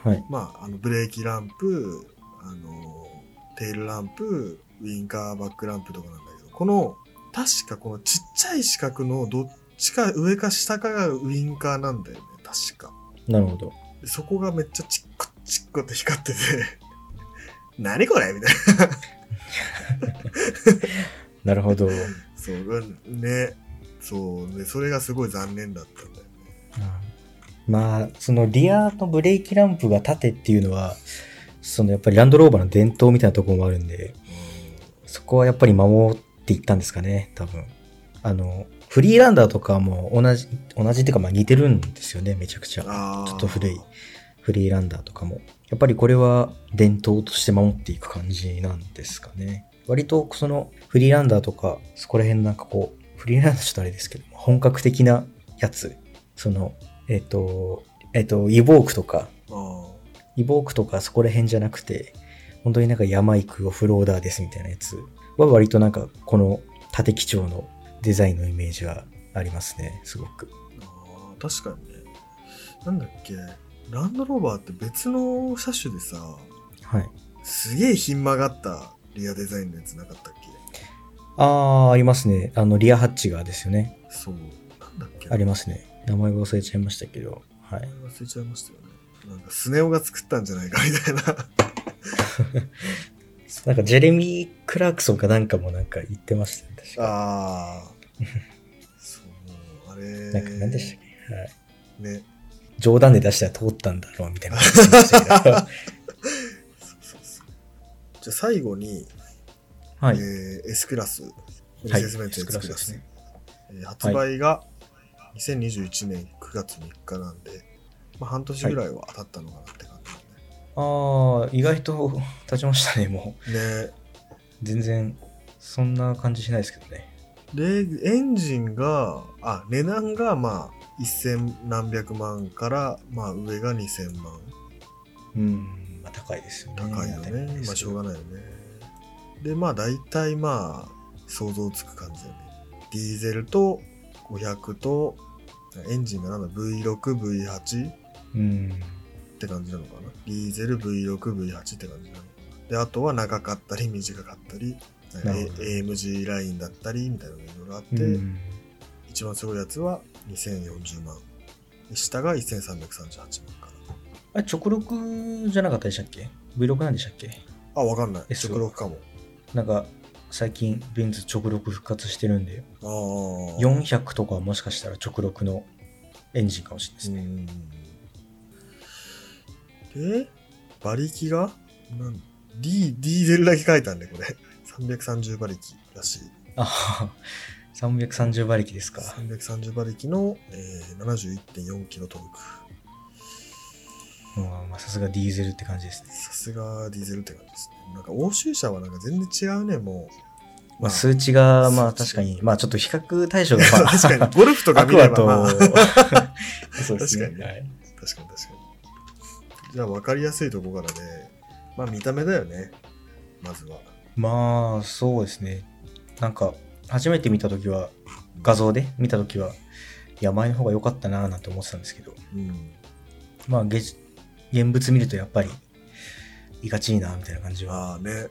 [SPEAKER 3] あ。はい。
[SPEAKER 2] まああのブレーキランプあのテールランプウインカーバックランプとかなんだけどこの確かこのちっちゃい四角のどっちか上か下かがウインカーなんだよね確か
[SPEAKER 3] なるほど。
[SPEAKER 2] でそこがめっちゃチッコチッコって光ってて 何これみたいな
[SPEAKER 3] なるほど。
[SPEAKER 2] そううんねそうでそれがすごい残念だったんだよね
[SPEAKER 3] まあそのリアのブレーキランプが縦っていうのはそのやっぱりランドローバーの伝統みたいなところもあるんでそこはやっぱり守っていったんですかね多分あのフリーランダーとかも同じ同じっていうかまあ似てるんですよねめちゃくち
[SPEAKER 2] うん
[SPEAKER 3] ゃ
[SPEAKER 2] あー
[SPEAKER 3] ちょっと古いフリーランダーとかもやっぱりこれは伝統として守っていく感じなんですかね。割とそのフリーランダーとか、そこら辺なんかこう、フリーランダーちょっとあれですけど、本格的なやつ、その、えっ、と、えっ、と、イボークとか、
[SPEAKER 2] あー
[SPEAKER 3] イボークとかそこら辺じゃなくて、本当になんか山行くオフローダーですみたいなやつは割となんかこの縦基調のデザインのイメージはありますね、すごく。
[SPEAKER 2] あー確かにねなんだっけランドローバーって別の車種でさ
[SPEAKER 3] はい。
[SPEAKER 2] すげえひん曲がったリアデザインのやつなかったっけ
[SPEAKER 3] あー、ありますね。あの、リアハッチがですよね。
[SPEAKER 2] そうなんだっけ
[SPEAKER 3] ありますね。名前忘れちゃいましたけど。はい。
[SPEAKER 2] 忘れちゃいましたよねなんかスネ夫が作ったんじゃないかみたい な
[SPEAKER 3] なんかジェレミー・クラークソンかなんかもなんか言ってましたね。確か
[SPEAKER 2] ああそうあれ
[SPEAKER 3] なんか何でしたっけ、はい、
[SPEAKER 2] ね
[SPEAKER 3] 冗談で出したら通ったんだろうみ たいなこと言ってましたけど。
[SPEAKER 2] そうそうそうじゃあ最後に、
[SPEAKER 3] は
[SPEAKER 2] え
[SPEAKER 3] い。
[SPEAKER 2] ー S クラス
[SPEAKER 3] はい
[SPEAKER 2] ミセスメント S クラ
[SPEAKER 3] S
[SPEAKER 2] ス
[SPEAKER 3] クラスですね
[SPEAKER 2] えー発売が2021年9月3日なんで、まあ、半年ぐらいは当たったのかなって感じ
[SPEAKER 3] ああ、意外と経ちましたね、もう。
[SPEAKER 2] だね、ね
[SPEAKER 3] 全然そんな感じしないですけどね
[SPEAKER 2] でエンジンがあ値段がまあ1000何百万から、まあ、上が2000万
[SPEAKER 3] うん、まあ、高いですよね
[SPEAKER 2] 高いよ
[SPEAKER 3] 当たり前
[SPEAKER 2] ね
[SPEAKER 3] で、す
[SPEAKER 2] まあ、
[SPEAKER 3] け
[SPEAKER 2] し
[SPEAKER 3] ど
[SPEAKER 2] ょうがないよねでまあ大体まあ想像つく感じだよねディーゼルと500とエンジンがなんだ V6V8 っ
[SPEAKER 3] うん
[SPEAKER 2] て感じなのかなディーゼル V6V8 って感じなのであとは長かったり短かったりなんか
[SPEAKER 3] なるほど
[SPEAKER 2] A- AMG ラインだったりみたいなのがいろいろあって、
[SPEAKER 3] うん
[SPEAKER 2] 一番すごいやつは2040万で下が1338万かな
[SPEAKER 3] あれ直録じゃなかったでしたっけ ?V6 なんでしたっけ
[SPEAKER 2] あわかんない
[SPEAKER 3] S
[SPEAKER 2] 直録かも
[SPEAKER 3] なんか最近ベンツ直録復活してるんで
[SPEAKER 2] ああ
[SPEAKER 3] 400とかはもしかしたら直録のエンジンかもしれないですね、
[SPEAKER 2] うんで、馬力がなん D、ディーゼルだけ書いたんで、これ。330馬力らしい。
[SPEAKER 3] あはは330馬力ですか
[SPEAKER 2] 330馬力の、えー、71.4キロトルク。
[SPEAKER 3] うんまあさすがディーゼルって感じですね、
[SPEAKER 2] さすがディーゼルって感じですね。なんか欧州車はなんか全然違うね、もう。
[SPEAKER 3] まあ、数値がまあ
[SPEAKER 2] 数値
[SPEAKER 3] 確かにまあちょっと比較対象がまあ
[SPEAKER 2] 確かに、ゴルフとか
[SPEAKER 3] ア
[SPEAKER 2] 見
[SPEAKER 3] ク
[SPEAKER 2] れ
[SPEAKER 3] ア
[SPEAKER 2] ば、
[SPEAKER 3] と、
[SPEAKER 2] まあ、確か
[SPEAKER 3] そうですね
[SPEAKER 2] 確かに
[SPEAKER 3] はい
[SPEAKER 2] に確かに。じゃあ分かりやすいとこからね、まあ見た目だよね、まずは。
[SPEAKER 3] まあそうですねなんか初めて見た時は画像で見た時はいや前の方が良かったなぁなんて思ってたんですけど
[SPEAKER 2] うん。
[SPEAKER 3] まあ現現物見るとやっぱりいがちいなみたいな感じは
[SPEAKER 2] ああね、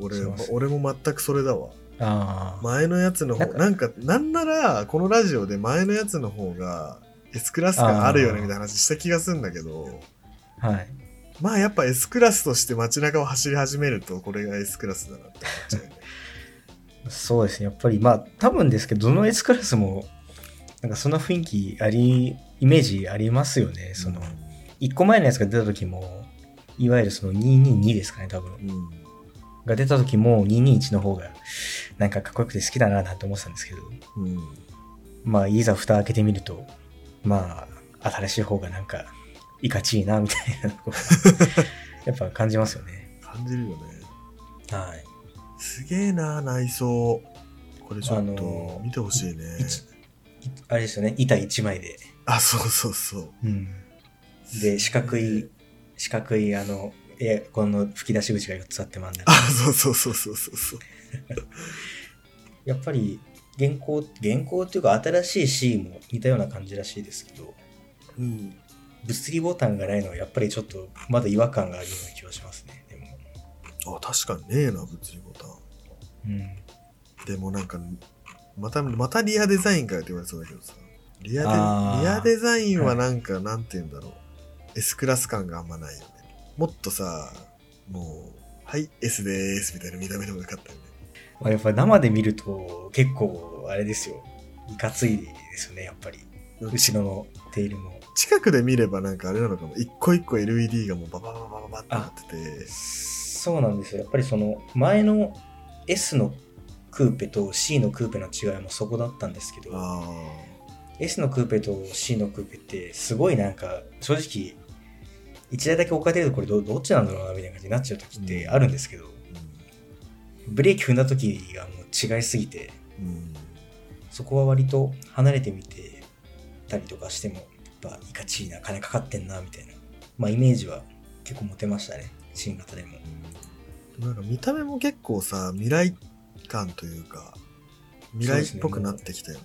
[SPEAKER 2] 俺
[SPEAKER 3] します
[SPEAKER 2] 俺も全くそれだわ。
[SPEAKER 3] ああ
[SPEAKER 2] 前のやつの方な
[SPEAKER 3] なん
[SPEAKER 2] かなんならこのラジオで前のやつの方が S クラスがあるよねみたいな話した気がするんだけど
[SPEAKER 3] はい
[SPEAKER 2] まあやっぱ S クラスとして街中を走り始めるとこれが S クラスだなって思っちゃうよね
[SPEAKER 3] そうですねやっぱりまあ多分ですけどどの S クラスもなんかそんな雰囲気ありイメージありますよねその1個前のやつが出た時もいわゆるその222ですかね多分
[SPEAKER 2] うん
[SPEAKER 3] が出た時も221の方がなんかかっこよくて好きだななんて思ってたんですけど
[SPEAKER 2] うん
[SPEAKER 3] まあいざ蓋開けてみるとまあ新しい方がなんかいかちいなみたいなとこがやっぱ感じますよね
[SPEAKER 2] 感じるよね
[SPEAKER 3] はい
[SPEAKER 2] すげえな内装これちょ
[SPEAKER 3] あ
[SPEAKER 2] っ
[SPEAKER 3] の
[SPEAKER 2] と
[SPEAKER 3] ー
[SPEAKER 2] 見てほしいね
[SPEAKER 3] 一あれですよね板1枚で、
[SPEAKER 2] あそうそうそう
[SPEAKER 3] うん、で四角い四角いあのエアコンの吹き出し口が4つあって真ん
[SPEAKER 2] あ
[SPEAKER 3] 中
[SPEAKER 2] そうそうそうそうそうそう
[SPEAKER 3] やっぱり現行現行っていうか新しい C も似たような感じらしいですけど
[SPEAKER 2] うん
[SPEAKER 3] 物理ボタンがないのはやっぱりちょっとまだ違和感があるような気はしますねでも、
[SPEAKER 2] あ確かにねえな物理ボタン
[SPEAKER 3] うん、
[SPEAKER 2] でもなんか、また、またリアデザインかよって言われそうだけどさ。リア
[SPEAKER 3] あ
[SPEAKER 2] デ
[SPEAKER 3] ー
[SPEAKER 2] リアデザインはなんか、なんて言うんだろう。S クラス感があんまないよね。もっとさ、もう、はい、S でーすみたいな見た目の方が良かったよね。
[SPEAKER 3] まあやっぱ生で見ると結構あれですよいかついですよねやっぱり後ろのテールも
[SPEAKER 2] 近くで見ればなんかあれなのかも。一個一個 LED がもうババババババってなってて。
[SPEAKER 3] そうなんですよやっぱりその前の S のクーペと C のクーペの違いもそこだったんですけど
[SPEAKER 2] あ
[SPEAKER 3] S のクーペと C のクーペってすごいなんか正直1台だけ置かれてるとこれどどっちなんだろうなみたいな感じになっちゃう時ってあるんですけど、ブレーキ踏んだ時がもう違いすぎて
[SPEAKER 2] うんうん
[SPEAKER 3] そこは割と離れてみてたりとかしてもやっぱいかちいな金かかってんなみたいなまあイメージは結構持てましたね新型でも
[SPEAKER 2] なんか見た目も結構さ未来感というか未来っぽくなってきたよね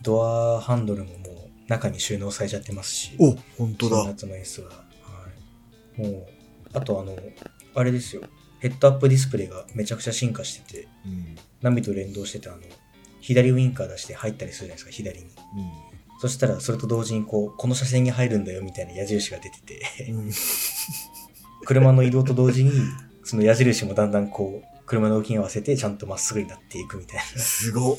[SPEAKER 3] ドアハンドルももう中に収納されちゃってますし
[SPEAKER 2] お本当だ
[SPEAKER 3] 夏の演出は、はい、もうあとあのあれですよヘッドアップディスプレイがめちゃくちゃ進化してて
[SPEAKER 2] うん
[SPEAKER 3] ナビと連動しててあの左ウインカー出して入ったりするじゃないですか左にそしたらそれと同時にこうこの車線に入るんだよみたいな矢印が出て て
[SPEAKER 2] うん、うん、
[SPEAKER 3] 車の移動と同時にその矢印もだんだんこう車の動きに合わせてちゃんとまっすぐになっていくみ たい
[SPEAKER 2] すごっ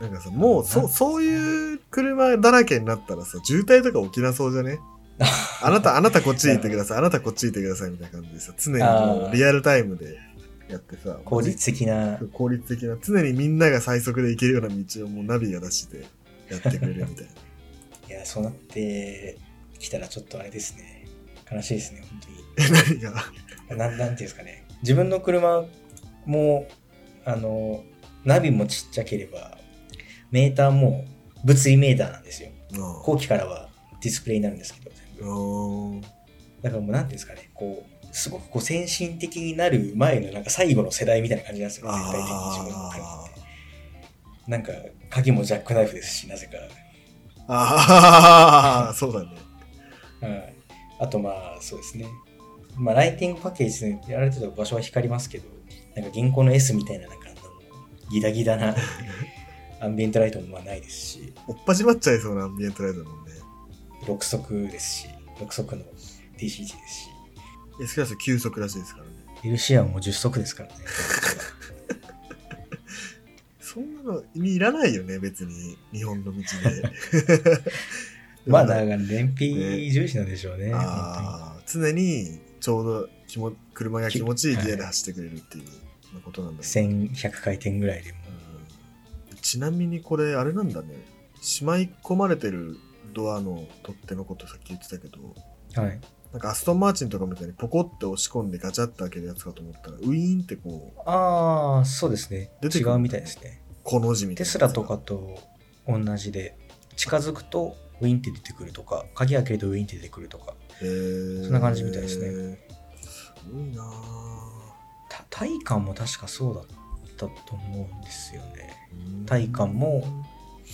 [SPEAKER 2] なんかさもう
[SPEAKER 3] な
[SPEAKER 2] そそういう車だらけになったらさ渋滞とか起きなそうじゃね
[SPEAKER 3] な
[SPEAKER 2] あなたあなたこっち行ってくだ さいあなたこっち行ってくださいみたいな感じでさ常にも
[SPEAKER 3] あー
[SPEAKER 2] うリアルタイムでやってさ
[SPEAKER 3] 効率的な
[SPEAKER 2] 効率的な常にみんなが最速で行けるような道をもうナビが出してやってくれるみたいな
[SPEAKER 3] いやそうなってきたらちょっとあれですね悲しいですね本当に
[SPEAKER 2] え 何が
[SPEAKER 3] なんなんていうんですかね自分の車もあのナビもちっちゃければメーターも物理メーターなんですよ
[SPEAKER 2] あ
[SPEAKER 3] 後期からはディスプレイになるんですけど全
[SPEAKER 2] あ
[SPEAKER 3] 部
[SPEAKER 2] ー
[SPEAKER 3] だからもうなんていうんですかねこうすごくこう先進的になる前のなんか最後の世代みたいな感じなんですよ絶対的に自分の車
[SPEAKER 2] あ
[SPEAKER 3] ってなんか鍵もジャックナイフですしなぜか、
[SPEAKER 2] ーあーそうだね
[SPEAKER 3] はい、あとまあそうですねまあライティングパッケージでやられてた場所は光りますけどなんか銀行の S みたいななんかあのギラギラ なアンビエントライトもまあないですし
[SPEAKER 2] おっぱじまっちゃいそうなアンビエントライトだもんね
[SPEAKER 3] 6速ですし6速の DCG ですし
[SPEAKER 2] S クラス9速らしいですからね
[SPEAKER 3] LCR も10速ですからね
[SPEAKER 2] そんなの意味いらないよね別に日本の道で
[SPEAKER 3] まあだから燃費重視なんでしょうね本
[SPEAKER 2] あー常にちょうど気も車が気持ちいいギアで走ってくれるっていうまあことなんだ
[SPEAKER 3] 当
[SPEAKER 2] ろう
[SPEAKER 3] に1100回転ぐらいでも
[SPEAKER 2] うんちなみにこれあれなんだねしまい込まれてるドアの取っ手のことさっき言ってたけど
[SPEAKER 3] はい
[SPEAKER 2] なんかアストンマーチンとかみたいにポコって押し込んでガチャって開けるやつかと思ったらウィーンってこう
[SPEAKER 3] ああそうですね
[SPEAKER 2] 出て
[SPEAKER 3] 違
[SPEAKER 2] くる
[SPEAKER 3] うみたいですね
[SPEAKER 2] この字みたいなや
[SPEAKER 3] テス
[SPEAKER 2] つ
[SPEAKER 3] ラ
[SPEAKER 2] が
[SPEAKER 3] とかと同じで近づくとウィンって出てくるとか鍵開けるとウィンって出てくるとか
[SPEAKER 2] へー
[SPEAKER 3] そんな感じみたいですね
[SPEAKER 2] すごいなあ
[SPEAKER 3] た体感も確かそうだったと思うんですよね体感も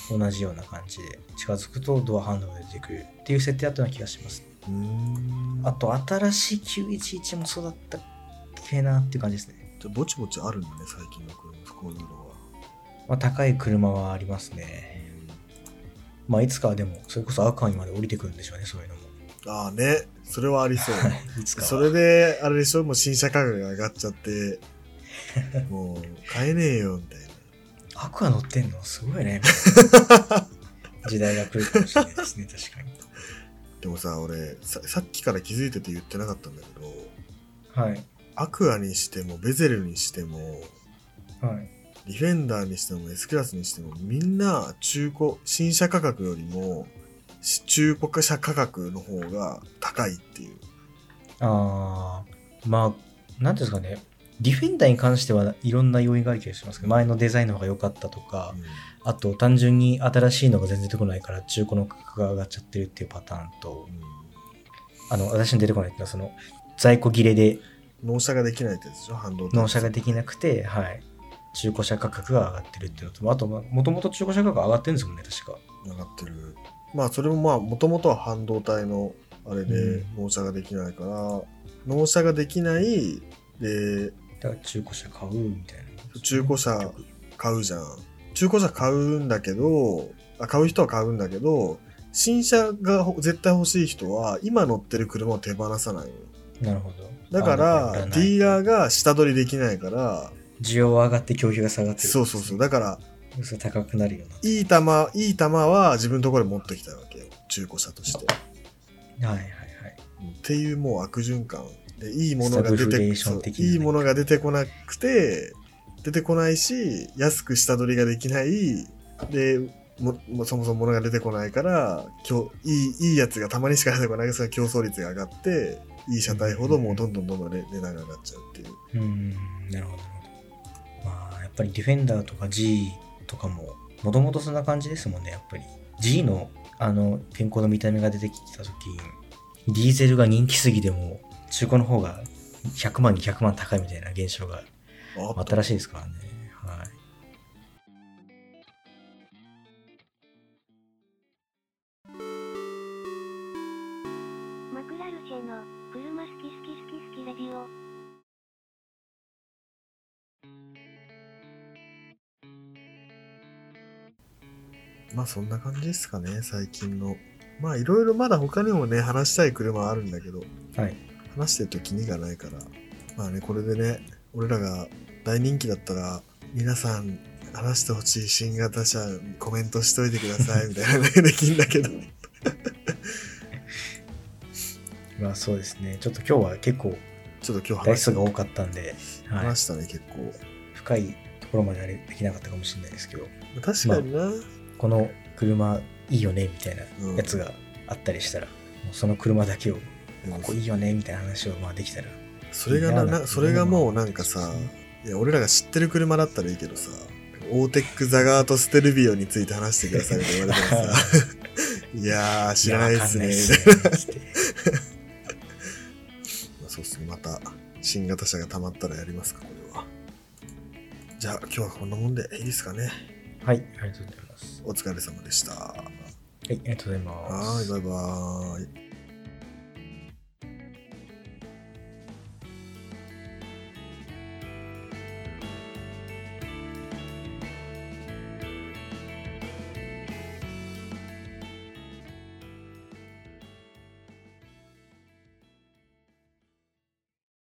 [SPEAKER 3] 同じような感じで近づくとドアハンドルが出てくるっていう設定だったような気がします
[SPEAKER 2] うん
[SPEAKER 3] あと新しい911もそうだったっけなっていう感じですね、
[SPEAKER 2] じゃあぼちぼちあるんだね最近の車こういうのは
[SPEAKER 3] まあ、高い車はありますねまあいつかはでもそれこそアーカーにまで降りてくるんでしょうねそういうのも
[SPEAKER 2] ああねそれはありそう
[SPEAKER 3] いつか は
[SPEAKER 2] それで、あれでしょ、もう新車価格が上がっちゃ って、もう買えねえよ、みたいな。
[SPEAKER 3] アクア乗ってんのすごいね。時代が来るかもしれないですね、確かに。
[SPEAKER 2] でもさ、俺さ、さっきから気づいてて言ってなかったんだけど、
[SPEAKER 3] はい。
[SPEAKER 2] アクアにしても、ベゼルにしても、
[SPEAKER 3] はい。
[SPEAKER 2] ディフェンダーにしても、S クラスにしても、みんな中古、新車価格よりも、し中古車価格の方が高いっていう。
[SPEAKER 3] あー、まあ、なんていうんですかね。ディフェンダーに関してはいろんな要因がある気がしますけど、前のデザインの方が良かったとか、あと単純に新しいのが全然出てこないから中古の価格が上がっちゃってるっていうパターンと
[SPEAKER 2] う、ん
[SPEAKER 3] あの、私に出てこないっていうのは、その、在庫切れで
[SPEAKER 2] 納車ができないってやつでしょ、反動
[SPEAKER 3] 納車ができなくて、はい。中古車価格が上がってるっていうのと、あと、もともと中古車価格上がってるんですもんね、確か。
[SPEAKER 2] 上がってるまあそれもまあもともとは半導体のあれ
[SPEAKER 3] う
[SPEAKER 2] で納車ができないから、納車ができないで
[SPEAKER 3] だから中古車買うみたいな。
[SPEAKER 2] 中古車
[SPEAKER 3] 結局
[SPEAKER 2] 買うじゃん中古車買うんだけどあ買う人は買うんだけど新車がほ絶対欲しい人は今乗ってる車を手放さないの
[SPEAKER 3] なるほど。
[SPEAKER 2] だからディーラー
[SPEAKER 3] ー
[SPEAKER 2] が下取りできないから
[SPEAKER 3] 需要は上がって供給が下がってる。
[SPEAKER 2] そうそうそうだから
[SPEAKER 3] う。それ高くなるよ
[SPEAKER 2] いい玉いい玉は自分のところに持ってきたわけよ中古車として
[SPEAKER 3] な。はいはい
[SPEAKER 2] っていうもう悪循環でいいものが出
[SPEAKER 3] スタグフレ
[SPEAKER 2] て
[SPEAKER 3] ーション
[SPEAKER 2] そう
[SPEAKER 3] 的ない
[SPEAKER 2] いものが出てこなくて出てこないし安く下取りができないでももうそもそも物が出てこないからきょいいいいやつがたまにしか出てこないからその競争率が上がっていい車体ほどもうどんどんどんどんね値段が上がっちゃうっていう。
[SPEAKER 3] うん、なるほど、なるほど。まあ、やっぱりディフェンダーとか G とかも、もともとそんな感じですもんね、やっぱり。G の、あの、健康の見た目が出てきたとき、ディーゼルが人気すぎても、中古の方が100万、200万高いみたいな現象が
[SPEAKER 2] あ
[SPEAKER 3] あったらしいですからね。はい。
[SPEAKER 1] マクラルシェの車好き好き好き好きレディオ。
[SPEAKER 2] まあそんな感じですかね、最近の。まあいろいろまだ他にもね、話したい車はあるんだけど、
[SPEAKER 3] はい。
[SPEAKER 2] 話してると気にがないから。まあね、これでね、俺らが大人気だったら、皆さん話してほしい新型車コメントしといてくださ いみたいなね、できんだけど。
[SPEAKER 3] まあそうですね。ちょっと今日は結構
[SPEAKER 2] ちょっと今日
[SPEAKER 3] 台
[SPEAKER 2] 話した,、
[SPEAKER 3] 数が多かったんで、はい
[SPEAKER 2] 話、したね、結構。
[SPEAKER 3] 深いところまであれできなかったかもしれないですけど、
[SPEAKER 2] 確かにな。
[SPEAKER 3] この車いいよねみたいな
[SPEAKER 2] うん
[SPEAKER 3] やつがあったりしたら、もうその車だけを
[SPEAKER 2] でも
[SPEAKER 3] ここいいよねみたいな話をまあできたら
[SPEAKER 2] それが
[SPEAKER 3] い
[SPEAKER 2] な
[SPEAKER 3] やなん
[SPEAKER 2] な
[SPEAKER 3] か
[SPEAKER 2] それがもうなんかさいや俺らが知ってる車だったらいいけどさオーテックザガートステルビオについて話してくださいって言われてもさ いやー知らないっすね
[SPEAKER 3] い
[SPEAKER 2] み
[SPEAKER 3] や
[SPEAKER 2] たいな
[SPEAKER 3] わかんないっすね
[SPEAKER 2] まあそうっすねまた新型車がたまったらやりますかこれはじゃあ今日はこんなもんでいいですかね
[SPEAKER 3] はいありがとうございます
[SPEAKER 2] お疲れ様でしたは
[SPEAKER 3] はいありがとうございます
[SPEAKER 2] ーいバイバーイ